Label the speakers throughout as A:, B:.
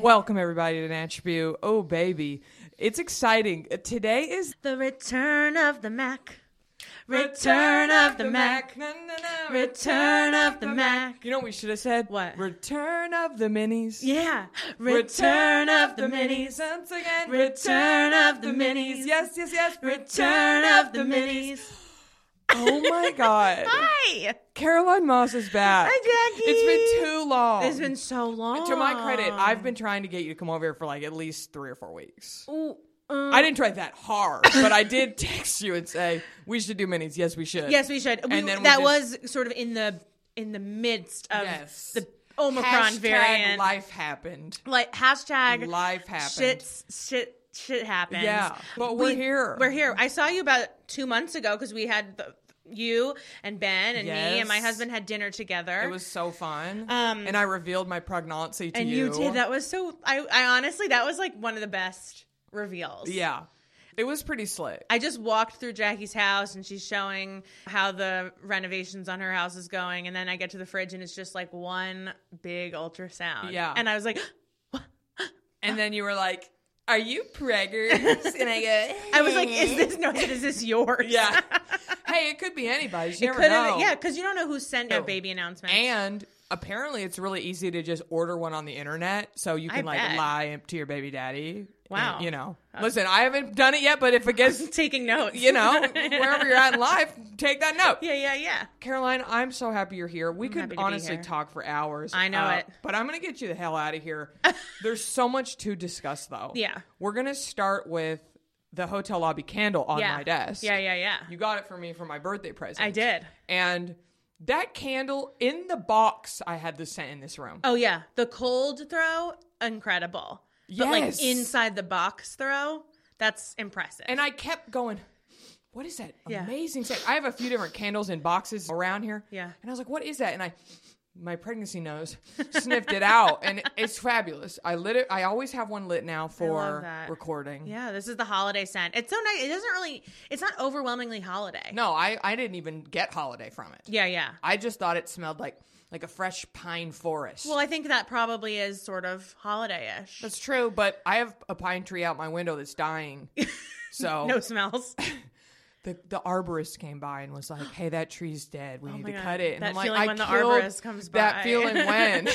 A: Welcome everybody to Attribute. Oh baby, it's exciting. Uh, Today is
B: The return of the Mac. Return of the Mac.
A: Na, na, na.
B: Return of the Mac.
A: You know what we should have said?
B: What?
A: Return of the minis.
B: Yeah. Return of the minis.
A: once again.
B: Return of the minis.
A: Yes, yes, yes.
B: Return of the minis.
A: Oh my god,
B: Hi.
A: Caroline Moss is back.
B: Hi, Jackie.
A: It's been too long.
B: It's been so long.
A: To my credit, I've been trying to get you to come over here for like at least three or four weeks.
B: Ooh, um,
A: I didn't try that hard, but I did text you and say we should do minis. Yes, we should.
B: Yes, we should. We-
A: And then we
B: that
A: just-
B: was sort of in the in the midst of
A: Yes.
B: the Omicron
A: Hashtag
B: variant.
A: Life happened.
B: like hashtag
A: Life happened.
B: shit's shit shit happens.
A: Yeah, but we're here.
B: We're here. I saw you about two months ago because we had the, you and Ben and me and my
A: Yes.
B: husband had dinner together.
A: It was so fun.
B: Um,
A: and I revealed my pregnancy to
B: and
A: you.
B: you. did that was so. I, I honestly that was like one of the best reveals.
A: Yeah. It was pretty slick.
B: I just walked through Jackie's house and she's showing how the renovations on her house is going. And then I get to the fridge and it's just like one big ultrasound.
A: Yeah.
B: And I was like,
A: and then you were like, Are you preggers? and I go,
B: I was like, is this no? Is this yours?
A: Yeah. Hey, it could be anybody's. You never
B: Could've-
A: know.
B: Yeah, because you don't know who sent your
A: No.
B: baby announcements.
A: And apparently it's really easy to just order one on the internet so you
B: I
A: can like
B: bet.
A: lie to your baby daddy.
B: Wow.
A: And, you know. Listen, I haven't done it yet, but if it gets
B: taking notes.
A: you know, wherever you're at in life, take that note.
B: Yeah, yeah, yeah.
A: Caroline, I'm so happy you're here. We
B: happy
A: could
B: to be
A: honestly
B: here.
A: talk for hours. uh,
B: I know it.
A: But I'm going to get you the hell out of here. There's so much to discuss, though.
B: Yeah.
A: We're going to start with the hotel lobby candle on
B: yeah.
A: my desk.
B: Yeah, yeah, yeah.
A: You got it for me for my birthday present.
B: I did.
A: And that candle in the box, I had this scent in this room.
B: Oh yeah, the cold throw, incredible. But
A: Yes.
B: like inside the box throw, that's impressive.
A: And I kept going, what is that
B: Yeah.
A: amazing scent? I have a few different candles in boxes around here.
B: Yeah.
A: And I was like, what is that? And I, my pregnancy nose, sniffed it out. And it's fabulous. I lit it. I always have one lit now for
B: that.
A: recording.
B: yeah, this is the holiday scent. It's so nice. It doesn't really. It's not overwhelmingly holiday.
A: No, I, I didn't even get holiday from it.
B: Yeah, yeah.
A: I just thought it smelled like like a fresh pine forest.
B: Well, I think that probably is sort of holiday-ish.
A: that's true, but I have a pine tree out my window that's dying. So
B: no smells.
A: the, the arborist came by and was like, "Hey, that tree's dead. We need
B: Oh my
A: to
B: God.
A: cut it." And
B: That
A: I'm like,
B: feeling
A: "I
B: when the
A: killed
B: arborist comes
A: That
B: by."
A: feeling when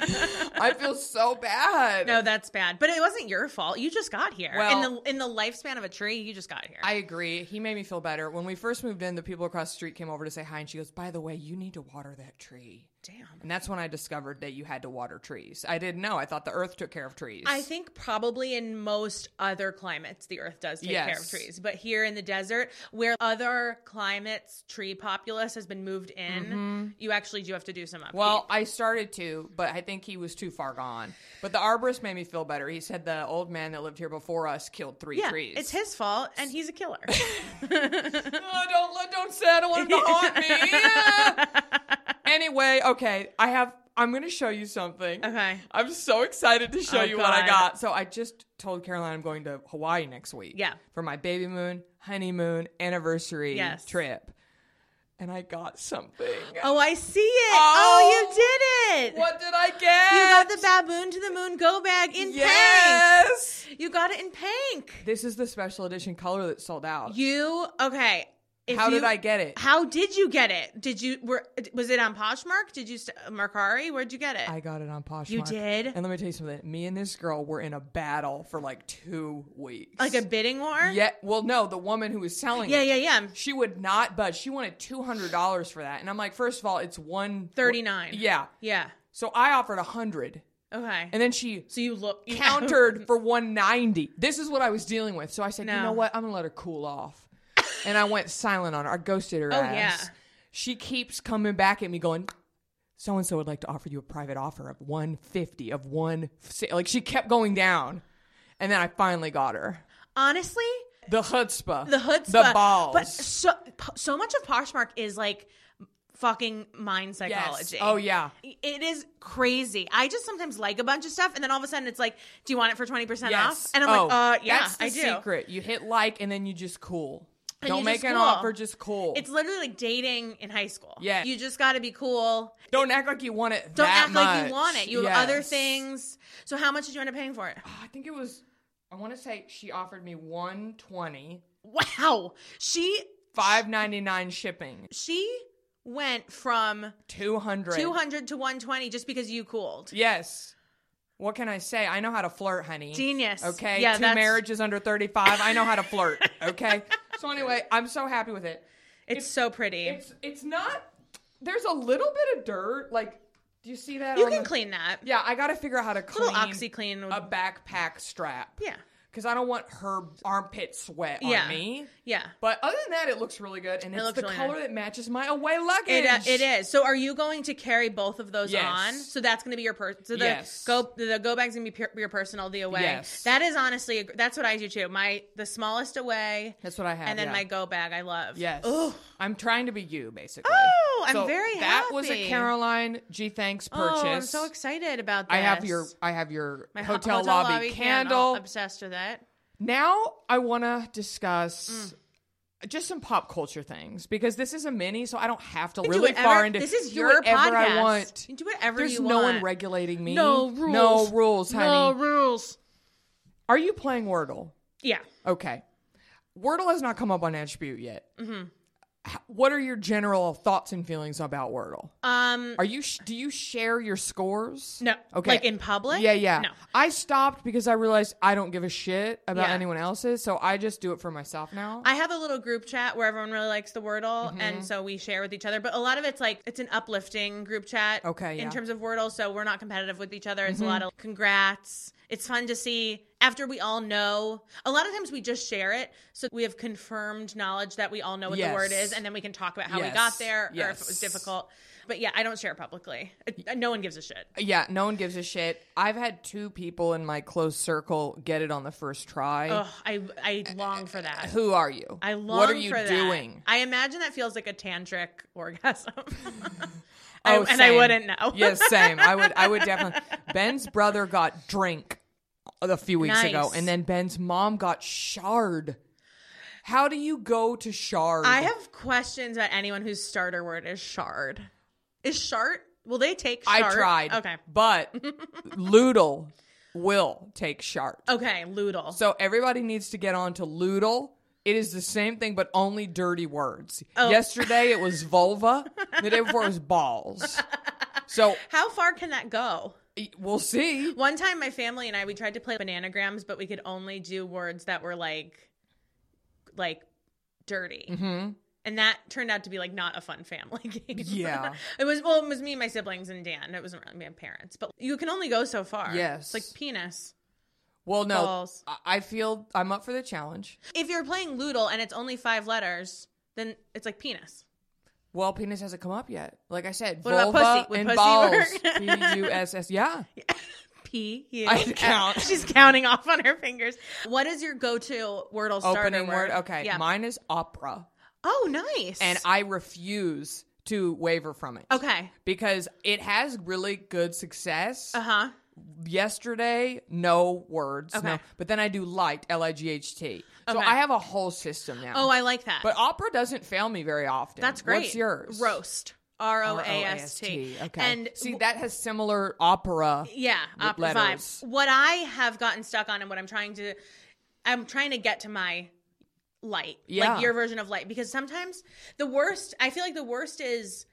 A: I feel so bad.
B: No, Oh, that's bad. But it wasn't your fault. You just got here.
A: Well-
B: in the in the lifespan of a tree, you just got here.
A: I agree. He made me feel better. When we first moved in, the people across the street came over to say hi, and she goes, "By the way, you need to water that tree."
B: Damn.
A: And that's when I discovered that you had to water trees. I didn't know. I thought the earth took care of trees.
B: I think probably in most other climates, the earth does take care of
A: Yes.
B: trees. But here in the desert, where other climates, tree populace has been moved in, you actually do have to do some upkeep.
A: Mm-hmm. Well, I started to, but I think he was too far gone. But the arborist made me feel better. He said the old man that lived here before us killed three
B: yeah,
A: trees.
B: it's his fault, and he's a killer.
A: Oh, don't let- don't say I don't want him to haunt me. Yeah. Anyway, okay, I have. I'm going to show you something.
B: Okay.
A: I'm so excited to show
B: Oh,
A: you what I
B: God.
A: got. So I just told Caroline I'm going to Hawaii next week.
B: Yeah.
A: For my baby moon, honeymoon, anniversary
B: Yes.
A: trip, and I got something.
B: oh, I see it.
A: Oh,
B: Oh, you did it.
A: What did I get?
B: You got the baboon to the moon go bag in
A: yes.
B: pink. You got it in pink.
A: This is the special edition color that sold out.
B: You okay? If
A: How did
B: you-
A: I get it?
B: How did you get it? Did you were was it on Poshmark? Did you st- Mercari? Where'd you get it?
A: I got it on Poshmark.
B: You did?
A: And let me tell you something. Me and this girl were in a battle for like two weeks.
B: like a bidding war?
A: yeah. Well, no, the woman who was selling.
B: yeah,
A: it,
B: yeah, yeah.
A: She would not budge. She wanted two hundred dollars for that, and I'm like, first of all, it's one
B: Thirty nine.
A: Yeah.
B: yeah.
A: So I offered a hundred,
B: Okay.
A: and then she
B: so you look you
A: countered for 190. This is what I was dealing with. So I said, you
B: No.
A: know what? I'm gonna let her cool off. and I went silent on her. I ghosted her
B: Oh,
A: ass.
B: yeah.
A: She keeps coming back at me going, so and so would like to offer you a private offer of 150, of one si-" like she kept going down. And then I finally got her.
B: honestly
A: The chutzpah.
B: the hood
A: The balls.
B: But so so much of Poshmark is like fucking mind
A: Yes.
B: psychology.
A: Oh yeah.
B: It is crazy. I just sometimes like a bunch of stuff, and then all of a sudden it's like, "Do you want it for twenty percent off?"
A: Yes.
B: And I'm
A: Oh,
B: like, "Uh, yeah,
A: that's the
B: I do."
A: secret. You hit like and then you just cool.
B: And
A: Don't
B: you
A: make
B: just
A: an
B: cool.
A: offer, just cool.
B: It's literally like dating in high school.
A: Yeah.
B: you just got to be cool.
A: don't act like you want it.
B: Don't
A: that
B: act like
A: much.
B: you want it. You
A: Yes. Ah,
B: have other things. So how much did you end up paying for it?
A: I think it was. I want to say she offered me one twenty,
B: Wow. She
A: five ninety nine shipping,
B: she went from
A: two hundred.
B: 200 to 120 just because you cooled.
A: Yes. What can I say? I know how to flirt, honey.
B: Genius.
A: Okay.
B: Yeah,
A: Two
B: that's-
A: marriages under thirty five. I know how to flirt. Okay. so anyway, I'm so happy with it.
B: It's so pretty.
A: It's it's not. There's a little bit of dirt. Like, do you see that?
B: you
A: on
B: can
A: the-
B: clean that.
A: um, Yeah, I got to figure out how to
B: A little
A: clean
B: oxy clean.
A: a backpack strap.
B: yeah.
A: Because I don't want her armpit sweat
B: Yeah.
A: on me.
B: Yeah.
A: But other than that, it looks really good, and it's
B: looks
A: the
B: really
A: color
B: nice.
A: that matches my away luggage.
B: It, uh, it is. So, are you going to carry both of those
A: Yes.
B: on? So that's going to be your person. So the
A: Yes.
B: go the go bag's going to be pure, your personal. The away.
A: Yes.
B: That is honestly a gr- that's what I do too. My the smallest away,
A: That's what I have.
B: and then
A: yeah.
B: my go bag. I love.
A: yes.
B: Oh,
A: I'm trying to be you, basically.
B: Oh, I'm
A: So
B: very
A: That was a
B: happy.
A: Caroline G. Thanks purchase.
B: Oh, I'm so excited about this.
A: I have your I have your
B: My ho-
A: hotel, lobby, candle.
B: Obsessed with that.
A: Now I want to discuss
B: Mm.
A: just some pop culture things because this is a mini, so I don't have to
B: You
A: really
B: do whatever-
A: far into.
B: This is
A: do
B: your
A: whatever
B: podcast.
A: I want.
B: You do whatever
A: There's
B: you
A: no
B: want.
A: one regulating me.
B: No rules.
A: No rules, honey.
B: No rules.
A: Are you playing Wordle?
B: Yeah.
A: Okay. Wordle has not come up on Attribute yet.
B: Mm-hmm.
A: H- What are your general thoughts and feelings about Wordle?
B: Um.
A: Are you sh- do you share your scores?
B: No.
A: Okay.
B: Like in public?
A: Yeah, yeah.
B: No.
A: I stopped because I realized I don't give a shit about
B: Yeah.
A: anyone else's, so I just do it for myself now.
B: I have a little group chat where everyone really likes the Wordle,
A: Mm-hmm.
B: and so we share with each other. But a lot of it's like it's an uplifting group chat.
A: Okay, yeah. Mm-hmm.
B: In terms of Wordle, so we're not competitive with each other. It's a lot of congrats. It's fun to see after we all know. A lot of times we just share it, so we have confirmed knowledge that we all know what
A: Yes.
B: the word is, and then we can talk about how
A: Yes.
B: we got there or if it
A: Yes.
B: was difficult. But yeah, I don't share it publicly. Uh, No one gives a shit.
A: yeah, no one gives a shit. I've had two people in my close circle get it on the first try.
B: Ugh, I I long for that.
A: Uh, Who are you?
B: I long
A: What are you
B: for that.
A: doing?
B: I imagine that feels like a tantric orgasm. I,
A: Oh,
B: and I
A: same.
B: wouldn't know.
A: yes, same. I would. I would definitely. Ben's brother got drink a few weeks ago,
B: Nice.
A: and then Ben's mom got shard. How do you go to shard?
B: I have questions about anyone whose starter word is shard. Is shart? Will they take
A: I
B: shart?
A: tried.
B: Okay.
A: but Loodle will take shard.
B: Okay, Loodle.
A: So everybody needs to get on to Loodle. It is the same thing, but only dirty words.
B: Oh.
A: Yesterday it was vulva. The day before it was balls. So e,
B: How far can that go?
A: we'll see.
B: One time, my family and I we tried to play bananagrams, but we could only do words that were like, like, dirty,
A: Mm-hmm.
B: and that turned out to be like not a fun family game.
A: Yeah.
B: it was. Well, it was me, and my siblings, and Dan. It wasn't really my parents, but you can only go so far.
A: Yes.
B: it's like penis.
A: Well, no,
B: Balls.
A: I- I feel I'm up for the challenge.
B: If you're playing Loodle and it's only five letters, then it's like penis.
A: Well, penis hasn't come up yet. Like I said,
B: What about
A: vulva
B: pussy? Would
A: and
B: pussy
A: balls.
B: work?
A: P U S S. Yeah.
B: P U.
A: I can count.
B: She's counting off on her fingers. What is your go-to Wordle starter
A: Opening word.
B: word?
A: Okay.
B: Yeah.
A: Mine is opera,
B: oh, nice.
A: and I refuse to waver from it.
B: okay.
A: Because it has really good success.
B: Uh huh.
A: Yesterday, no words.
B: Okay.
A: No. But then I do light, L I G H T. So
B: Okay.
A: I have a whole system now.
B: Oh, I like that.
A: But opera doesn't fail me very often.
B: That's great.
A: What's yours?
B: Roast. R O A S
A: R-O-A-S-T.
B: T.
A: Okay.
B: And
A: see, that has similar opera.
B: yeah, opera
A: letters.
B: vibes. What I have gotten stuck on and what I'm trying to, I'm trying to get to my light.
A: Yeah.
B: Like your version of light. Because sometimes the worst, I feel like the worst is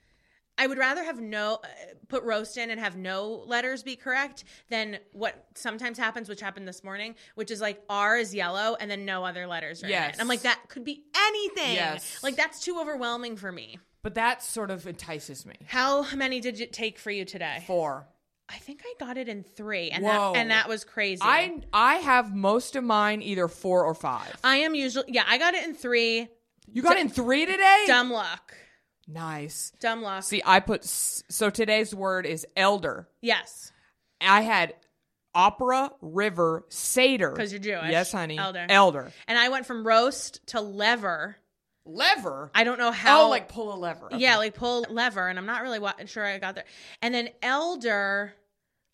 B: I would rather have no, uh, put roast in and have no letters be correct than what sometimes happens, which happened this morning, which is like R is yellow and then no other letters are in it.
A: Yes.
B: And I'm like, that could be anything.
A: Yes.
B: Like that's too overwhelming for me.
A: But that sort of entices me.
B: How many did it take for you today?
A: Four.
B: I think I got it in three, and
A: Whoa.
B: that and that was crazy.
A: I I have most of mine either four or five.
B: I am usually yeah. I got it in three.
A: You got in three today.
B: Dumb luck.
A: Nice.
B: Dumb luck.
A: See, I put s- so today's word is elder.
B: yes,
A: I had opera, river, satyr.
B: 'Cause you're Jewish.
A: Yes, honey.
B: Elder.
A: Elder.
B: and I went from roast to lever.
A: Lever.
B: I don't know how.
A: oh, like pull a lever. Okay.
B: yeah, like pull lever, and I'm not really wa- sure I got there. And then elder,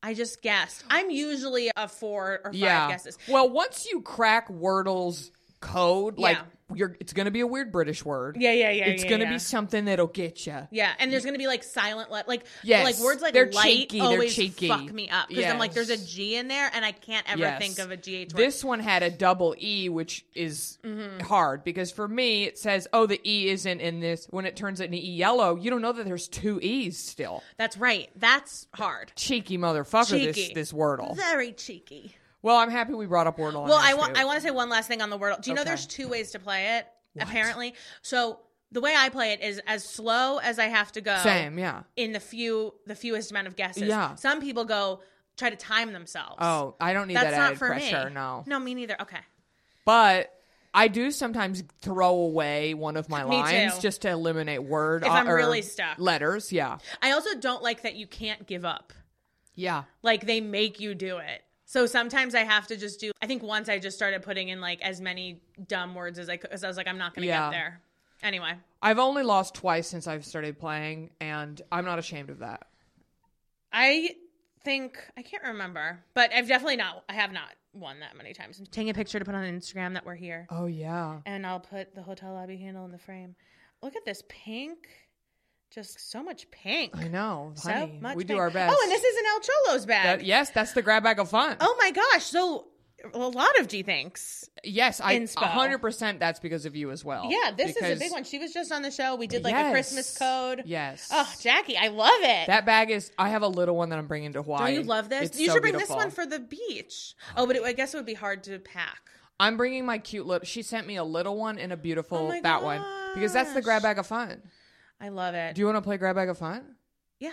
B: I just guessed. I'm usually a four or five
A: yeah.
B: guesses.
A: Well, once you crack Wordle's code, like you're, it's going to be a weird British word.
B: Yeah, yeah, yeah.
A: It's
B: yeah,
A: going to
B: yeah.
A: be something that'll get you.
B: Yeah, and there's gonna be like silent, le- like
A: Yes,
B: like words like
A: they're
B: light
A: cheeky, they're
B: always
A: cheeky.
B: fuck me up because I'm like,
A: Yes.
B: there's a G in there, and I can't ever
A: Yes.
B: think of a GH word. Mm-hmm.
A: This one had a double E, which is hard because for me it says, "Oh, the E isn't in this." When it turns into E yellow, you don't know that there's two E's still.
B: That's right. That's hard.
A: Cheeky motherfucker,
B: Cheeky.
A: this this Wordle.
B: Very cheeky.
A: Well, I'm happy we brought up Wordle. on
B: Well,
A: here,
B: I want
A: too.
B: I want to say one last thing on the word. Do you know
A: Okay.
B: there's two ways to play it? Apparently, so the way I play it is as slow as I have to go.
A: same, yeah.
B: In the few the fewest amount of guesses.
A: Yeah.
B: Some people go try to time themselves.
A: Oh, I don't need
B: that's
A: that
B: not
A: added
B: for
A: pressure.
B: me.
A: No,
B: No, me neither. Okay.
A: but. I do sometimes throw away one of my
B: Me
A: lines
B: too.
A: just to eliminate word
B: If
A: uh,
B: I'm
A: or
B: really stuck.
A: letters. Yeah,
B: I also don't like that you can't give up.
A: yeah.
B: like they make you do it. So sometimes I have to just do. I think once I just started putting in like as many dumb words as I could, because I was like, I'm not going to
A: Yeah.
B: get there. Anyway,
A: I've only lost twice since I've started playing, and I'm not ashamed of that.
B: I think I can't remember, but I've definitely not. I have not won that many times. I'm taking a picture to put on Instagram that we're here,
A: Oh yeah.
B: and I'll put the hotel lobby handle in the frame. Look at this pink, just so much pink.
A: I know,
B: So
A: honey.
B: much
A: we do
B: pink.
A: our best.
B: Oh, and this is an El Cholo's bag.
A: That- yes, that's the grab bag of fun.
B: Oh my gosh! So a lot of D thanks.
A: yes, I
B: inspo.
A: hundred percent. That's because of you as well.
B: Yeah, this is
A: Oh, Because-
B: a big one. She was just on the show. We did like
A: Yes.
B: a Christmas code.
A: Yes.
B: Oh, Jackie, I love it.
A: that bag is. I have a little one that I'm bringing to Hawaii.
B: Eh, Don't you love this?
A: It's
B: you
A: so
B: should bring
A: beautiful.
B: this one for the beach. Oh, but it, I guess it would be hard to pack.
A: I'm bringing my cute little. She sent me a little one and a beautiful
B: Oh my
A: that one because that's the
B: gosh.
A: grab bag of fun.
B: I love it.
A: Do you want to play grab bag of fun?
B: yeah.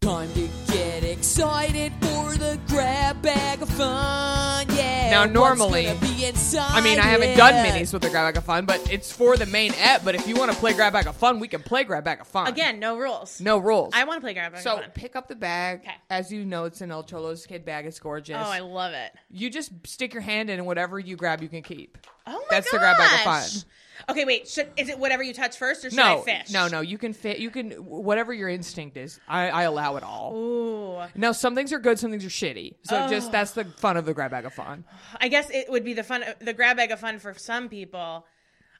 C: Time to get excited for the grab bag of fun. Yeah.
A: Now,
C: what's
A: normally-
C: gonna be inside
A: I mean, I haven't
C: it?
A: done minis with the grab bag of fun, but it's for the main app. But if you want to play grab bag of fun, we can play grab bag of fun.
B: Again, no rules.
A: no rules.
B: I want to play grab bag.
A: So
B: Fun.
A: pick up the bag.
B: Okay.
A: As you know, it's an El Cholo's kid bag. It's gorgeous.
B: Oh, I love it.
A: you just stick your hand in, and whatever you grab, you can keep.
B: Oh my
A: That's
B: gosh.
A: the grab bag of fun.
B: Okay, wait. Should, is it whatever you touch first, or should
A: no,
B: I fish?
A: no, no. You can fit. You can whatever your instinct is. I, I allow it all.
B: Ooh, Oh.
A: Now some things are good, some things are shitty. So just that's the fun of the grab bag of fun.
B: I guess it would be the fun, the grab bag of fun for some people.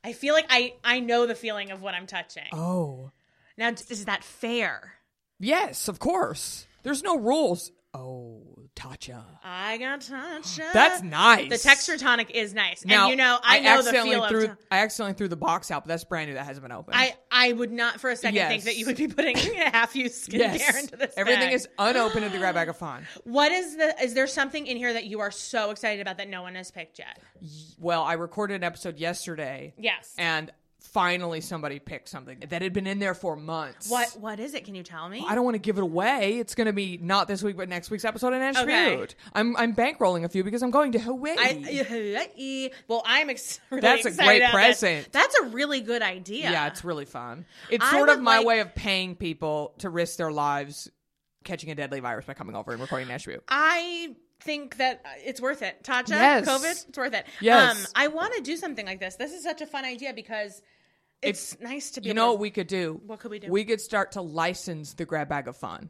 B: I feel like I I know the feeling of what I'm touching.
A: Oh
B: Now, is that fair?
A: yes, of course. There's no rules. Oh, Tatcha.
B: I got Tatcha.
A: That's nice.
B: Uh, The texture tonic is nice,
A: Now,
B: and you know I, know the
A: accidentally
B: feel
A: threw,
B: of. ta-
A: I accidentally threw the box out, but that's brand new. That hasn't been opened.
B: I I would not for a second
A: Yes.
B: think that you would be putting half used skincare
A: yes,
B: into this.
A: everything
B: bag.
A: is unopened at the grab bag of fun.
B: What is the? Is there something in here that you are so excited about that no one has picked yet?
A: Well, I recorded an episode yesterday.
B: Yes.
A: And finally somebody picked something that had been in there for months.
B: What What is it? Can you tell me?
A: I don't want to give it away. It's going to be not this week, but next week's episode in Ashfield.
B: Okay.
A: I'm I'm bankrolling a few because I'm going to Hawaii.
B: I, well, I'm ex- really
A: That's a
B: excited
A: great
B: about that.
A: present.
B: That's a really good idea.
A: yeah. it's really fun. It's
B: I
A: sort of
B: would
A: my
B: like-
A: way of paying people to risk their lives catching a deadly virus by coming over and recording in Ashfield.
B: I think that it's worth it. Tatcha,
A: Yes.
B: COVID, it's worth it. Um,
A: Yes.
B: I want to do something like this. This is such a fun idea because it's, nice to be
A: You
B: able
A: know
B: to-
A: what we could do?
B: What could we do?
A: We could start to license the grab bag of fun.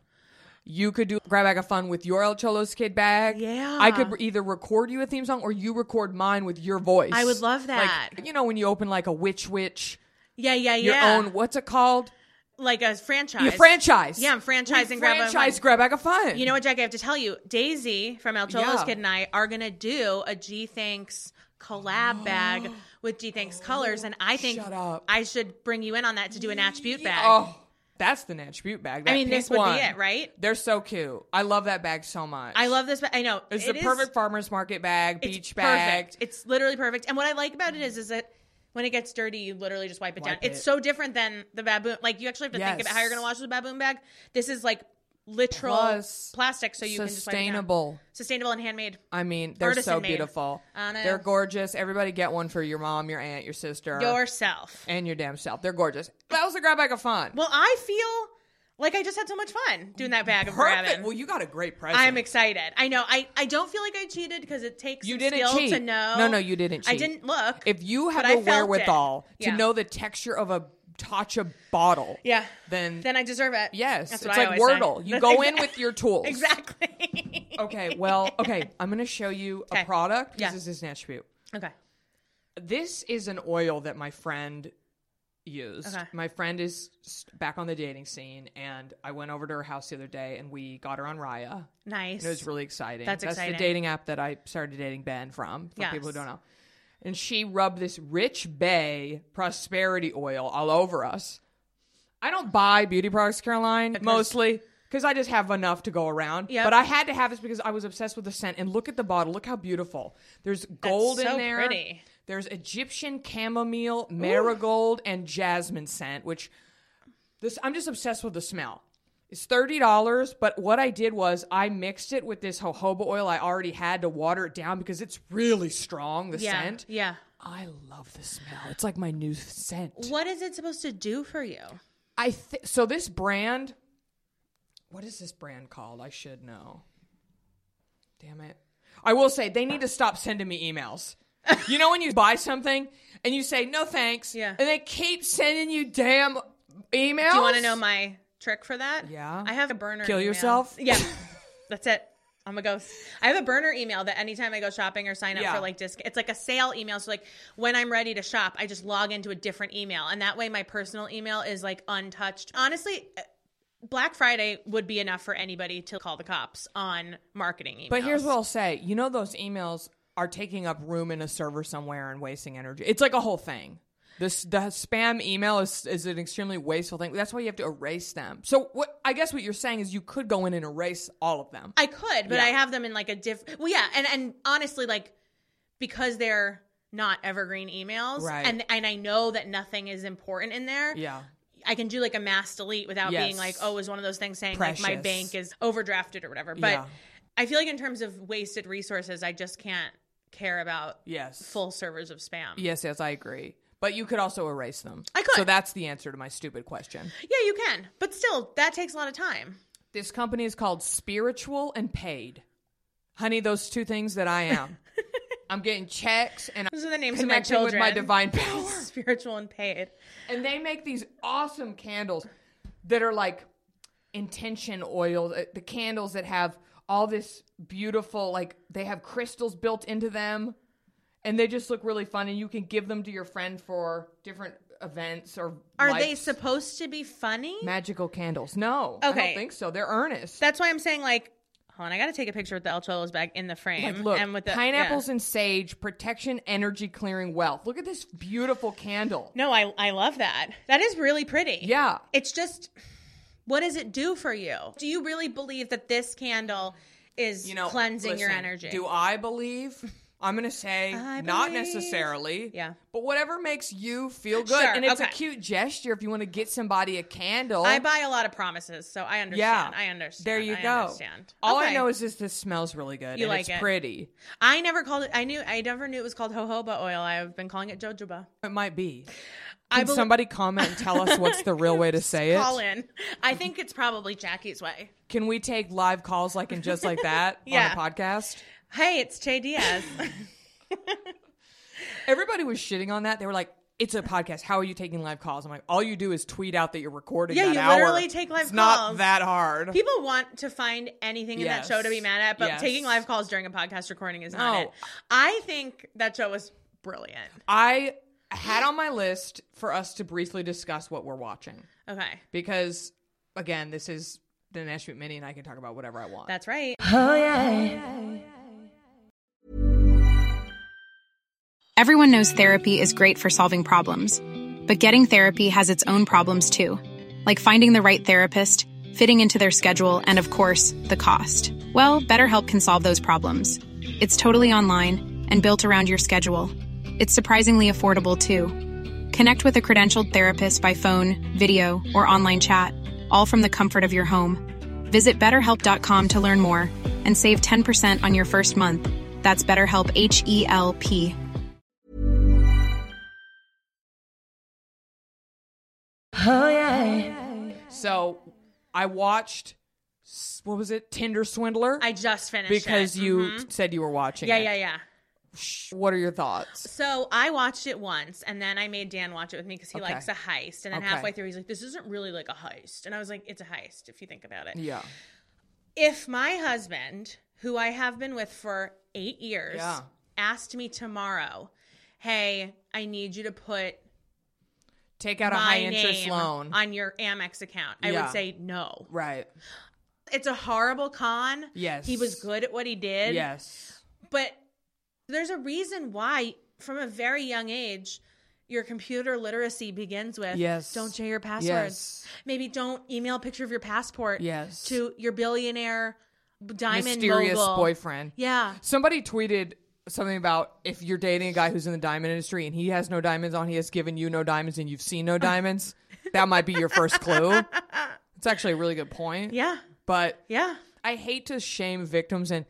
A: You could do grab bag of fun with your El Cholo's kid bag.
B: Yeah.
A: I could either record you a theme song or you record mine with your voice.
B: I would love
A: Like,
B: that.
A: you know when you open like a witch witch
B: yeah, yeah,
A: your
B: yeah.
A: own what's it called?
B: like a franchise.
A: You franchise.
B: Yeah, I'm franchising.
A: We
B: grab a-
A: franchise. Grab bag of fun.
B: You know what, Jack? I have to tell you, Daisy from El Cholo's
A: Yeah.
B: Kid and I are gonna do a G Thanks collab bag with G Thanks colors, and I think
A: shut up.
B: I should bring you in on that to do an attribute bag.
A: Oh, that's the attribute bag.
B: I
A: that
B: mean,
A: pink
B: this would
A: one.
B: be it, right?
A: They're so cute. I love that bag so much.
B: I love this. Ba- I know
A: It's
B: It
A: the
B: is-
A: perfect farmers market bag,
B: it's
A: beach bag.
B: Perfect. It's literally perfect. And what I like about it is, is that when it gets dirty, you literally just wipe it down.
A: Wipe it.
B: It's so different than the baboon. Like you actually have to think
A: Yes.
B: about how you're gonna wash the baboon bag. This is like literal
A: Plus,
B: plastic, so you can just wipe it down.
A: sustainable.
B: Sustainable and handmade.
A: I mean, they're
B: Artisan
A: so
B: made.
A: beautiful.
B: I know.
A: They're gorgeous. Everybody get one for your mom, your aunt, your sister,
B: Yourself.
A: and your damn self. They're gorgeous. That was a grab bag of fun.
B: Well, I feel like I just had so much fun doing that bag of
A: Perfect.
B: grabbing.
A: Well, you got a great present.
B: I'm excited. I know. I, I don't feel like I cheated because it takes
A: You
B: some
A: didn't
B: skill
A: cheat.
B: to know.
A: No, no, you didn't
B: I
A: cheat.
B: didn't look.
A: If you have
B: But I
A: a
B: felt it.
A: wherewithal to
B: Yeah.
A: know the texture of a tatcha bottle,
B: yeah,
A: then
B: then I deserve it.
A: yes,
B: that's
A: it's
B: what I
A: like
B: always say.
A: Wordle. You
B: That's
A: go in
B: exact-
A: with your tools.
B: exactly.
A: Okay. Well, okay. I'm gonna show you a
B: Okay.
A: product. 'cause
B: Yeah.
A: This is an attribute.
B: okay.
A: this is an oil that my friend used.
B: Okay.
A: My friend is s- back on the dating scene, and I went over to her house the other day, and we got her on Raya.
B: Nice.
A: And it was really exciting.
B: That's
A: the
B: exciting.
A: dating app that I started dating Ben from. For people who
B: Yes.
A: don't know, and she rubbed this Rich Bay prosperity oil all over us. I don't buy beauty products, Caroline, mostly. Because I just have enough to go around.
B: Yep.
A: But I had to have this because I was obsessed with the scent. And look at the bottle. Look how beautiful. There's gold in
B: so
A: there.
B: pretty.
A: There's Egyptian chamomile, marigold, and jasmine scent, which this I'm just obsessed with the smell. It's thirty dollars, but what I did was I mixed it with this jojoba oil I already had to water it down because it's really strong. The
B: yeah.
A: scent,
B: Yeah.
A: I love the smell. It's like my new scent.
B: What is it supposed to do for you?
A: I th- so this brand. What is this brand called? I should know. Damn it! I will say they need to stop sending me emails. you know when you buy something and you say no thanks,
B: Yeah.
A: and they keep sending you damn emails.
B: Do you want to know my trick for that?
A: Yeah.
B: I have a burner.
A: Kill
B: email.
A: yourself?
B: Yeah. That's it. I'm a ghost. I have a burner email that anytime I go shopping or sign up
A: Yeah.
B: for like disc, it's like a sale email. So like when I'm ready to shop, I just log into a different email, and that way my personal email is like untouched. Honestly, uh, Black Friday would be enough for anybody to call the cops on marketing emails.
A: But here's what I'll say. You know those emails are taking up room in a server somewhere and wasting energy. It's like a whole thing. This the spam email is is an extremely wasteful thing. That's why you have to erase them. So what I guess what you're saying is you could go in and erase all of them.
B: I could, but
A: Yeah.
B: I have them in like a different. Well, yeah, and and honestly, like because they're not evergreen emails,
A: Right.
B: and and I know that nothing is important in there.
A: yeah.
B: I can do like a mass delete without
A: Yes.
B: being like, oh, it was one of those things saying like
A: Precious.
B: my bank is overdrafted or whatever. But
A: Yeah.
B: I feel like in terms of wasted resources, I just can't care about
A: Yes.
B: full servers of spam.
A: Yes, yes, I agree. But you could also erase them.
B: I could.
A: So that's the answer to my stupid question.
B: Yeah, you can, but still, that takes a lot of time.
A: This company is called Spiritual and Paid. Honey, those two things that I am. I'm getting checks and
B: Those are the names of my
A: connecting with
B: children.
A: my divine power.
B: Spiritual and paid.
A: and they make these awesome candles that are like intention oil uh, the candles that have all this beautiful like they have crystals built into them and they just look really fun and you can give them to your friend for different events or
B: Are
A: lights.
B: they supposed to be funny?
A: magical candles no i don't
B: Okay.
A: think so they're earnest
B: That's why I'm saying like, hold on, I got to take a picture with the El Cholo's bag in the frame
A: like, look,
B: and with the
A: pineapples
B: yeah.
A: and sage, protection, energy, clearing wealth. Look at this beautiful candle.
B: No, I I love that. That is really pretty.
A: Yeah.
B: It's just, what does it do for you? Do you really believe that this candle is cleansing your
A: listen,
B: energy?
A: Do I believe? I'm gonna say
B: I
A: not
B: believe.
A: necessarily.
B: Yeah.
A: But whatever makes you feel good,
B: Sure,
A: and it's a
B: okay.
A: cute gesture if you want to get somebody a candle.
B: I buy a lot of promises, so I
A: yeah,
B: understand. I understand.
A: There you
B: I
A: go.
B: Understand.
A: All I
B: Okay.
A: know is this. This smells really good.
B: You
A: and
B: like
A: it's
B: it.
A: pretty.
B: I never called it. I knew. I never knew it was called jojoba oil. I've been calling it jojoba.
A: It might be.
B: I
A: Can
B: believe-
A: somebody comment and tell us what's the real way to say it?
B: Call in. I think it's probably Jackie's way.
A: Can we take live calls like and just like that
B: Yeah.
A: on a podcast?
B: Hey, it's Che Diaz.
A: Everybody was shitting on that. They were like, "It's a podcast. How are you taking live calls?" I'm like, "All you do is tweet out that you're recording."
B: Yeah,
A: that
B: you
A: hour.
B: literally take live
A: It's not
B: calls.
A: that hard.
B: People want to find anything in
A: Yes.
B: that show to be mad at, but
A: Yes.
B: taking live calls during a podcast recording is not
A: No.
B: it. I think that show was brilliant.
A: I had on my list for us to briefly discuss what we're watching
B: Okay.
A: because, again, this is the Nashville Mini, and I can talk about whatever I want.
B: That's right.
D: Everyone knows therapy is great for solving problems, but getting therapy has its own problems too, like finding the right therapist, fitting into their schedule, and of course, the cost. Well, BetterHelp can solve those problems. It's totally online and built around your schedule. It's surprisingly affordable too. Connect with a credentialed therapist by phone, video, or online chat, all from the comfort of your home. Visit betterhelp.com to learn more and save 10% on your first month. That's BetterHelp H E L P.
A: So I watched, s- what was it, Tinder Swindler?
B: I just finished it. Mm-hmm.
A: because you said you were watching
B: Yeah,
A: it.
B: yeah, yeah.
A: What are your thoughts?
B: So I watched it once, and then I made Dan watch it with me because he
A: Okay.
B: likes a heist. And then
A: Okay.
B: halfway through, he's like, "This isn't really like a heist," and I was like, "It's a heist if you think about it."
A: Yeah.
B: If my husband, who I have been with for eight years,
A: Yeah.
B: asked me tomorrow, "Hey, I need you to put
A: Take out a
B: my
A: high interest
B: name
A: loan.
B: on your Amex account," I
A: Yeah.
B: would say no.
A: right.
B: It's a horrible con.
A: Yes.
B: he was good at what he did.
A: Yes.
B: but there's a reason why from a very young age your computer literacy begins with
A: Yes.
B: don't share your passwords maybe don't email a picture of your passport
A: Yes.
B: to your billionaire diamond
A: Mysterious
B: mogul.
A: boyfriend.
B: yeah
A: Somebody tweeted something about if you're dating a guy who's in the diamond industry and he has no diamonds on, he has given you no diamonds and you've seen no diamonds. that might be your first clue. It's actually a really good point.
B: yeah
A: But
B: yeah
A: I hate to shame victims, and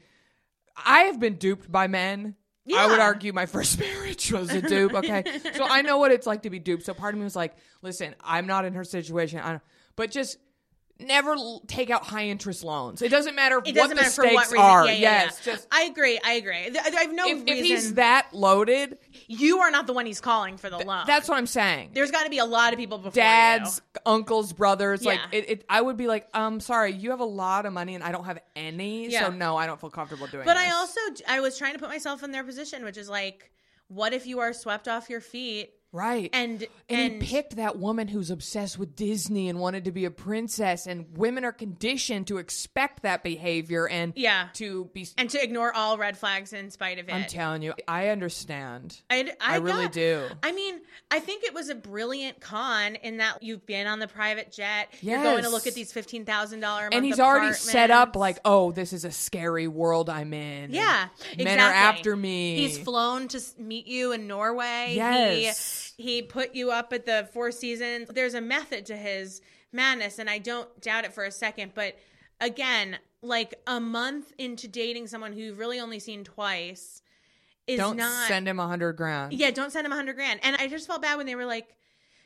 A: I have been duped by men. I
B: Yeah.
A: would argue my first marriage was a dupe. Okay, so I know what it's like to be duped. So part of me was like, "Listen, I'm not in her situation," I don't, but just never l- take out high interest loans. It doesn't matter
B: it
A: what
B: doesn't
A: the
B: matter for
A: stakes
B: what reason
A: are.
B: yeah, yeah,
A: yes,
B: yeah.
A: just
B: i agree i agree Th- i have no
A: if,
B: reason
A: if he's that loaded,
B: you are not the one he's calling for the loan
A: that's what I'm saying.
B: there's got to be a lot of people before
A: Dads, uncles, brothers, like
B: Yeah.
A: it, it. I would be like, um, sorry, you have a lot of money and I don't have any,
B: Yeah.
A: so no, I don't feel comfortable doing.
B: But I
A: this."
B: also I was trying to put myself in their position, which is like, what if you are swept off your feet?
A: Right.
B: And-
A: and,
B: and-
A: he picked that woman who's obsessed with Disney and wanted to be a princess and women are conditioned to expect that behavior and
B: Yeah.
A: to be
B: And to ignore all red flags in spite of it.
A: I'm telling you, I understand.
B: I,
A: I really
B: got-
A: do.
B: I mean, I think it was a brilliant con in that you've been on the private jet. You're going to
A: Yes.
B: look at these fifteen thousand dollar.
A: And he's already set up like, oh, this is a scary world I'm in. and
B: yeah,
A: Men are
B: exactly.
A: after me.
B: He's flown to s- meet you in Norway.
A: Yes.
B: He, he put you up at the Four Seasons. There's a method to his madness, and I don't doubt it for a second. But again, like a month into dating someone who you've really only seen twice is
A: Don't
B: not.
A: send him a hundred grand.
B: yeah, don't send him a hundred grand. And I just felt bad when they were like,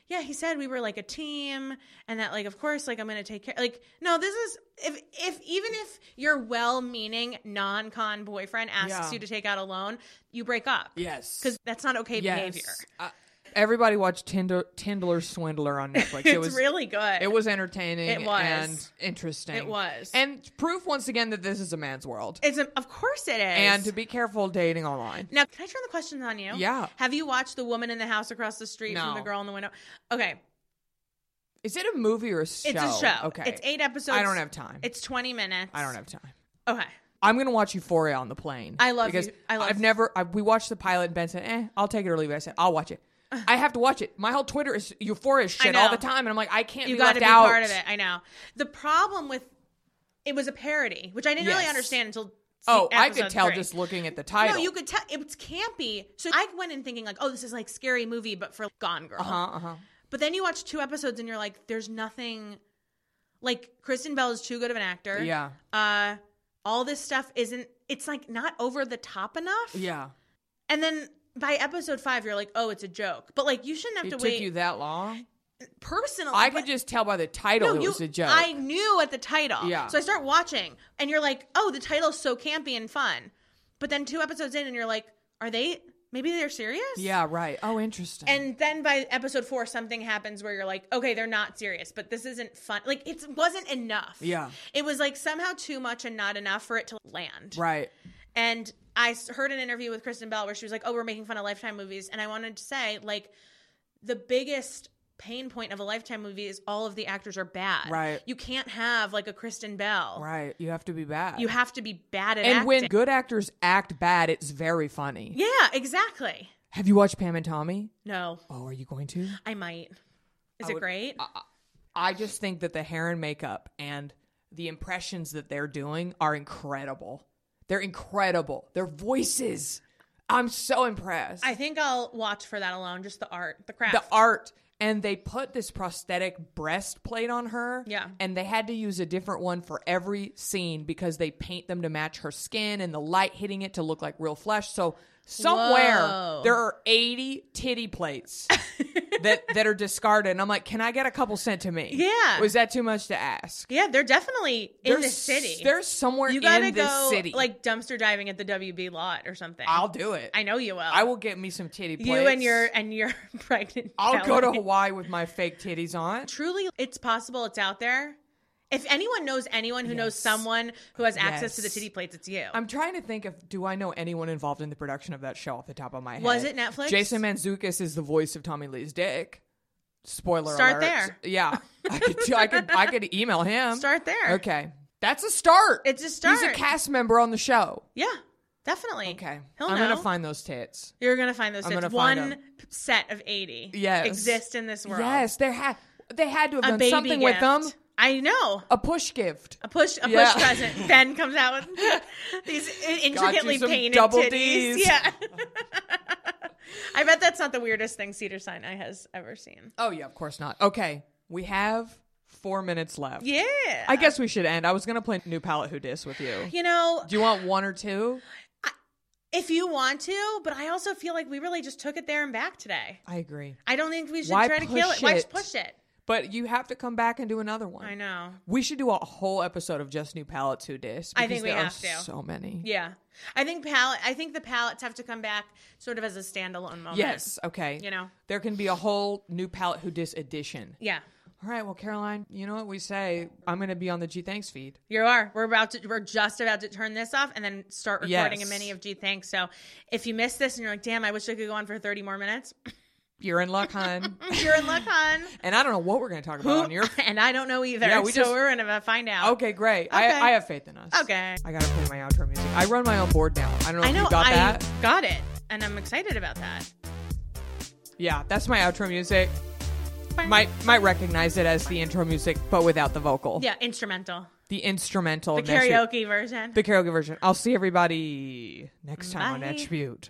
B: yeah, he said we were like a team, and that like of course like I'm gonna take care. Like no, this is if if even if your well-meaning non-con boyfriend asks
A: Yeah.
B: you to take out a loan, you break up.
A: Yes.
B: because that's not okay
A: Yes.
B: behavior.
A: Uh, everybody watched Tinder, Tindler Swindler on Netflix.
B: It's
A: it was
B: really good.
A: It was entertaining.
B: It was.
A: and interesting.
B: It was.
A: and proof once again that this is a man's world.
B: It's a, of course it is.
A: and to be careful dating online.
B: now, can I turn the questions on you?
A: Yeah.
B: Have you watched the woman in the house across the street
A: No.
B: from the girl in the window? Okay,
A: Is it a movie or a show?
B: it's a show.
A: Okay,
B: it's eight episodes.
A: I don't have time.
B: It's twenty minutes.
A: I don't have time.
B: Okay.
A: I'm gonna watch Euphoria on the plane.
B: I love
A: because
B: you- I love-
A: have never. I, we watched the pilot. and Ben said, "Eh, I'll take it or leave it." I said, "I'll watch it." I have to watch it. My whole Twitter is Euphoria shit all
B: know.
A: the time, and I'm like, I can't.
B: You
A: be
B: got
A: left
B: to be
A: out.
B: part of it. I know. The problem with it was a parody, which I didn't really
A: Yes.
B: understand until.
A: Oh,
B: se-
A: I could
B: episode
A: tell
B: three.
A: just looking at the title.
B: No, you could tell it's campy. So I went in thinking like, oh, this is like scary movie, but for Gone Girl.
A: Uh huh.
B: But then you watch two episodes and you're like, there's nothing. Like Kristen Bell is too good of an actor.
A: Yeah.
B: Uh, all this stuff isn't. It's like not over the top enough.
A: Yeah.
B: And then by episode five, you're like, oh, it's a joke. But like, you shouldn't have
A: It
B: to
A: took
B: wait.
A: you that long.
B: personally,
A: I
B: but-
A: could just tell by the title it
B: you-
A: was a joke.
B: I knew at the title.
A: Yeah.
B: So I start watching, and you're like, oh, the title's so campy and fun. But then two episodes in, and you're like, are they? Maybe they're serious.
A: yeah, right. Oh, interesting.
B: And then by episode four, something happens where you're like, okay, they're not serious, but this isn't fun. Like it wasn't enough.
A: Yeah.
B: It was like somehow too much and not enough for it to land.
A: right.
B: And I s- heard an interview with Kristen Bell where she was like, "Oh, we're making fun of Lifetime movies," and I wanted to say like the biggest pain point of a Lifetime movie is all of the actors are bad.
A: Right.
B: You can't have like a Kristen Bell.
A: Right. You have to be bad.
B: You have to be bad at
A: and
B: acting.
A: when good actors act bad, it's very funny.
B: yeah, exactly.
A: Have you watched Pam and Tommy?
B: No,
A: Oh, are you going to?
B: I might. Is it great?
A: I just think that the hair and makeup and the impressions that they're doing are incredible. They're incredible. Their voices. I'm so impressed.
B: I think I'll watch for that alone. Just the art, the craft.
A: the art and they put this prosthetic breastplate on her
B: Yeah.
A: and they had to use a different one for every scene because they paint them to match her skin and the light hitting it to look like real flesh so somewhere
B: Whoa.
A: there are 80 titty plates that that are discarded and i'm like can i get a couple sent to me
B: Yeah.
A: was that too much to ask
B: Yeah, they're definitely in the city.
A: they're somewhere
B: you gotta
A: in this
B: go
A: city
B: like dumpster diving at the WB lot or something.
A: i'll do it
B: I know you will.
A: i will get me some titty plates
B: You and your and your pregnant.
A: i'll go
B: belly.
A: to hawaii with my fake titties on
B: Truly, it's possible. It's out there. If anyone knows anyone who knows someone who has access to the
A: Yes.
B: titty plates, it's you.
A: I'm trying to think of do I know anyone involved in the production of that show off the top of my head?
B: Was it Netflix?
A: Jason Manzukis is the voice of Tommy Lee's dick. Spoiler
B: Start
A: alert.
B: there.
A: Yeah. I could, do- I could I could email him.
B: Start there.
A: Okay. That's a start.
B: It's a
A: He's a
B: start.
A: cast member on the show.
B: yeah, definitely.
A: Okay.
B: he'll
A: I'm
B: know.
A: gonna find those tits.
B: You're gonna find those.
A: I'm
B: sets.
A: gonna find
B: One
A: 'em.
B: p- set of eighty.
A: Yes.
B: exist in this world.
A: Yes, there had they had to have
B: a
A: done
B: baby
A: something
B: gift.
A: with them.
B: I know.
A: A push gift.
B: A push, a
A: Yeah.
B: push present. Ben comes out with these intricately
A: some
B: painted
A: double
B: titties.
A: Ds.
B: Yeah. I bet that's not the weirdest thing Cedar Sinai has ever seen.
A: Oh yeah, of course not. Okay. We have four minutes left.
B: Yeah.
A: I guess we should end. I was gonna play new palette who dis with you.
B: you know,
A: Do you want one or two?
B: if you want to, but I also feel like we really just took it there and back today.
A: I agree.
B: I don't think we should
A: Why
B: try to kill
A: push
B: it. Why just
A: it?
B: push it?
A: But you have to come back and do another one.
B: I know.
A: We should do a whole episode of just new palettes who dis.
B: I
A: because
B: think we
A: there are
B: have to.
A: So many.
B: Yeah. I think palette I think the palettes have to come back sort of as a standalone moment.
A: Yes. Okay.
B: You know.
A: there can be a whole new palette who dis edition.
B: Yeah.
A: All right. Well, Caroline, you know what we say. I'm going to be on the G Thanks feed.
B: You are. We're about to. We're just about to turn this off and then start recording
A: Yes.
B: a mini of G Thanks. So if you missed this and you're like, "Damn, I wish I could go on for 30 more minutes,"
A: You're in luck, hon.
B: you're in luck, hon.
A: and I don't know what we're going to talk about on your.
B: and I don't know either.
A: Yeah, we
B: so
A: just-
B: we're gonna find out.
A: Okay, great.
B: Okay.
A: I, I have faith in us.
B: Okay.
A: I got to play my outro music. I run my own board now. I don't know
B: I
A: if
B: know.
A: you got
B: I
A: that.
B: got it, and I'm excited about that.
A: Yeah, that's my outro music. Might might recognize it as the intro music, but without the vocal.
B: Yeah, instrumental,
A: The instrumental.
B: the
A: and that's your-
B: karaoke version.
A: The karaoke version. I'll see everybody next time on
B: Bye.
A: Attribute.